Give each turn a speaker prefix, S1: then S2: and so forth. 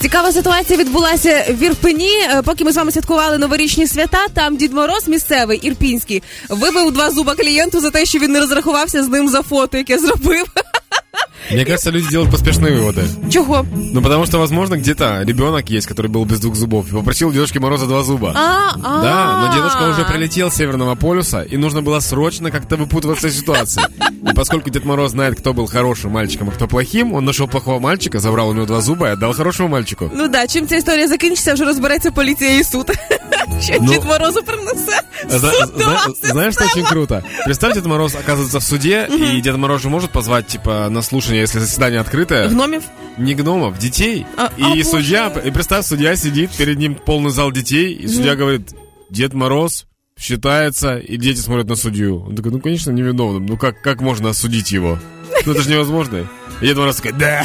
S1: Цікава ситуація відбулася в Ірпені. Е, Поки ми з вами святкували новорічні свята, там Дід Мороз місцевий ірпінський вибив два зуба клієнту за те, що він не розрахувався з ним за фото, яке зробив.
S2: Мне кажется, люди делают поспешные выводы.
S1: Чого?
S2: Ну, потому что, возможно, где-то ребенок есть, который был без двух зубов. И попросил у Дедушки Мороза два зуба.
S1: А, а.
S2: Да, ну, но дедушка уже прилетел с Северного полюса, и нужно было срочно как-то выпутываться из ситуации. И поскольку Дед Мороз знает, кто был хорошим мальчиком, а кто плохим, он нашел плохого мальчика, забрал у него два зуба и отдал хорошему мальчику.
S1: Ну да, чим ця історія закінчиться, вже розбереться поліція і суд. Що
S2: Ну.
S1: Дід Морозу принесе?
S2: А зна-
S1: Суд
S2: зна-
S1: вам це
S2: знаешь, что очень круто? Представь, Дед Мороз оказывается в суде, и Дед Мороз же может позвать, типа, на слушание, если заседание открытое,
S1: Гномів?
S2: не гномов, детей.
S1: А-
S2: и
S1: а, боже.
S2: судья, и представь, судья сидит, перед ним полный зал детей, и судья говорит, Дед Мороз считается, и дети смотрят на судью. Он такой, ну, конечно, невиновным, ну, как, как можно осудить его? Ну, это же невозможно. И Дед Мороз такой, да.